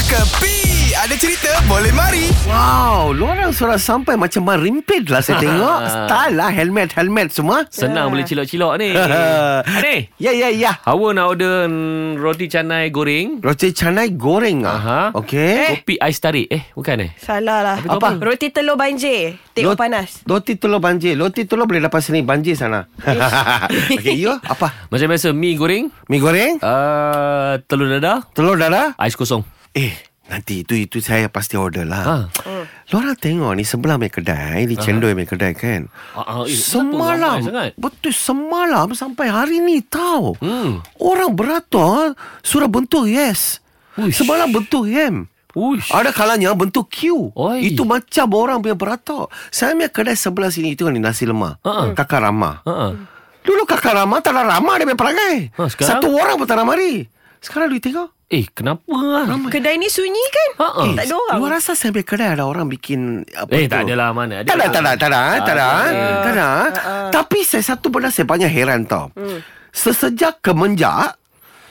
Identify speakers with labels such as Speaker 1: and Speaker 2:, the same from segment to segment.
Speaker 1: Kepi Ada cerita boleh mari
Speaker 2: Wow, lorang suara sampai macam merimpit lah saya tengok. Style lah, helmet, helmet semua.
Speaker 3: Senang boleh cilok-cilok ni. Ni.
Speaker 2: Ya, ya, ya.
Speaker 3: Hawa nak order mm, roti canai goreng.
Speaker 2: Roti canai goreng ah.
Speaker 3: Aha.
Speaker 2: Okey.
Speaker 3: Kopi ais tarik. Eh, bukan eh?
Speaker 4: Salah lah
Speaker 3: tu
Speaker 2: apa?
Speaker 4: Roti telur banjir Tengok
Speaker 2: Lot-
Speaker 4: panas
Speaker 2: Roti telur banjir. Roti telur boleh dapat sini, banjir sana. Okey, you apa?
Speaker 3: Macam biasa, mi goreng,
Speaker 2: Mi goreng,
Speaker 3: uh, telur dadah,
Speaker 2: telur dadah.
Speaker 3: ais kosong.
Speaker 2: Eh, nanti itu itu saya pasti order lah.
Speaker 3: Ha.
Speaker 2: Lorang tengok ni sebelah punya kedai, ni cendol punya kedai kan.
Speaker 3: Ah, ah, eh, kenapa
Speaker 2: Semalam
Speaker 3: ramai sangat?
Speaker 2: Betul semalam Sampai hari ni tau
Speaker 3: Hmm.
Speaker 2: Orang beratur Surah bentuk yes
Speaker 3: Uish.
Speaker 2: Semalam bentuk M
Speaker 3: Uish.
Speaker 2: ada kalanya bentuk Q
Speaker 3: Oi.
Speaker 2: Itu macam orang punya beratur Saya punya kedai sebelah sini Itu kan ni nasi lemak
Speaker 3: Ha-ha.
Speaker 2: Kakak Rama
Speaker 3: Ha. ah.
Speaker 2: Dulu kakak Rama Tak ada Rama dia punya perangai
Speaker 3: Ha, sekarang?
Speaker 2: Satu orang pun tak nak mari Sekarang duit tengok
Speaker 3: Eh, kenapa lah?
Speaker 4: Kedai ni sunyi kan
Speaker 2: Ha?
Speaker 3: Ha-ha.
Speaker 4: Tak ada orang
Speaker 2: Eh, Luar rasa saya punya kedai Ada orang bikin apa tu?
Speaker 3: Eh, tak adalah mana. Ada
Speaker 2: Tak ada,
Speaker 3: orang.
Speaker 2: tak ada, tak ada, tak ada,
Speaker 3: Ah,
Speaker 2: tak ada. Tapi saya satu benda saya banyak heran tau.
Speaker 3: Hmm.
Speaker 2: Sesejak kemenjak,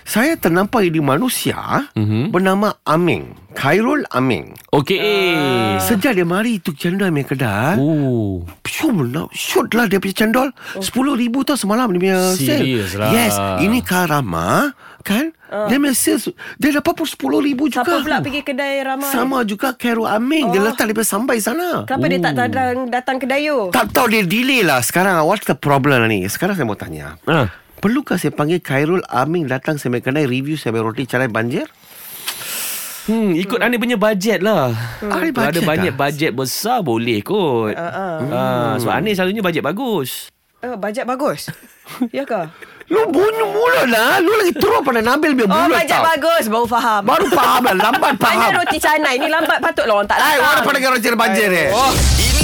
Speaker 2: saya ternampak ini manusia
Speaker 3: Mhm.
Speaker 2: bernama Aming. Khairul Aming.
Speaker 3: Okey. eh.
Speaker 2: Sejak dia mari itu cendol punya kedai,
Speaker 3: Oh.
Speaker 2: Syum lah Shoot lah dia punya cendol Sepuluh ribu tau semalam Dia punya
Speaker 3: Serious
Speaker 2: sale
Speaker 3: lah. Ah.
Speaker 2: Yes Ini Karama Kan uh. Dia punya sales Dia dapat pun sepuluh ribu juga
Speaker 4: Siapa pula pergi kedai ramai
Speaker 2: Sama juga Khairul Aming
Speaker 4: Oh.
Speaker 2: Dia letak dia punya sampai sana
Speaker 4: Kenapa dia tak datang, datang kedai
Speaker 2: Oh.
Speaker 4: you
Speaker 2: tak tahu dia delay lah Sekarang what's the problem lah ni Sekarang saya mau tanya
Speaker 3: Ha.
Speaker 2: Perlukah saya panggil Khairul Aming datang saya punya kedai review saya punya roti canai banjir?
Speaker 3: Hmm, ikut hmm. punya bajet lah. Hmm.
Speaker 2: Ani
Speaker 3: Kalau ada
Speaker 2: bajet
Speaker 3: banyak
Speaker 2: tak?
Speaker 3: bajet besar boleh kot. Uh,
Speaker 4: uh.
Speaker 3: Uh, sebab Ani selalunya bajet bagus.
Speaker 4: uh, Bajet bagus Ya ke?
Speaker 2: Lu bunuh mulut lah. Lu lagi teruk pada Nabil biar
Speaker 4: Oh
Speaker 2: mulut
Speaker 4: bajet
Speaker 2: tau.
Speaker 4: bagus Baru faham
Speaker 2: Baru faham lah. Lambat
Speaker 4: Mana
Speaker 2: faham.
Speaker 4: roti canai ni lambat patutlah orang tak
Speaker 2: Hai, orang
Speaker 4: datang
Speaker 2: pada roti canai banjir ni. Eh.
Speaker 1: Oh, Ini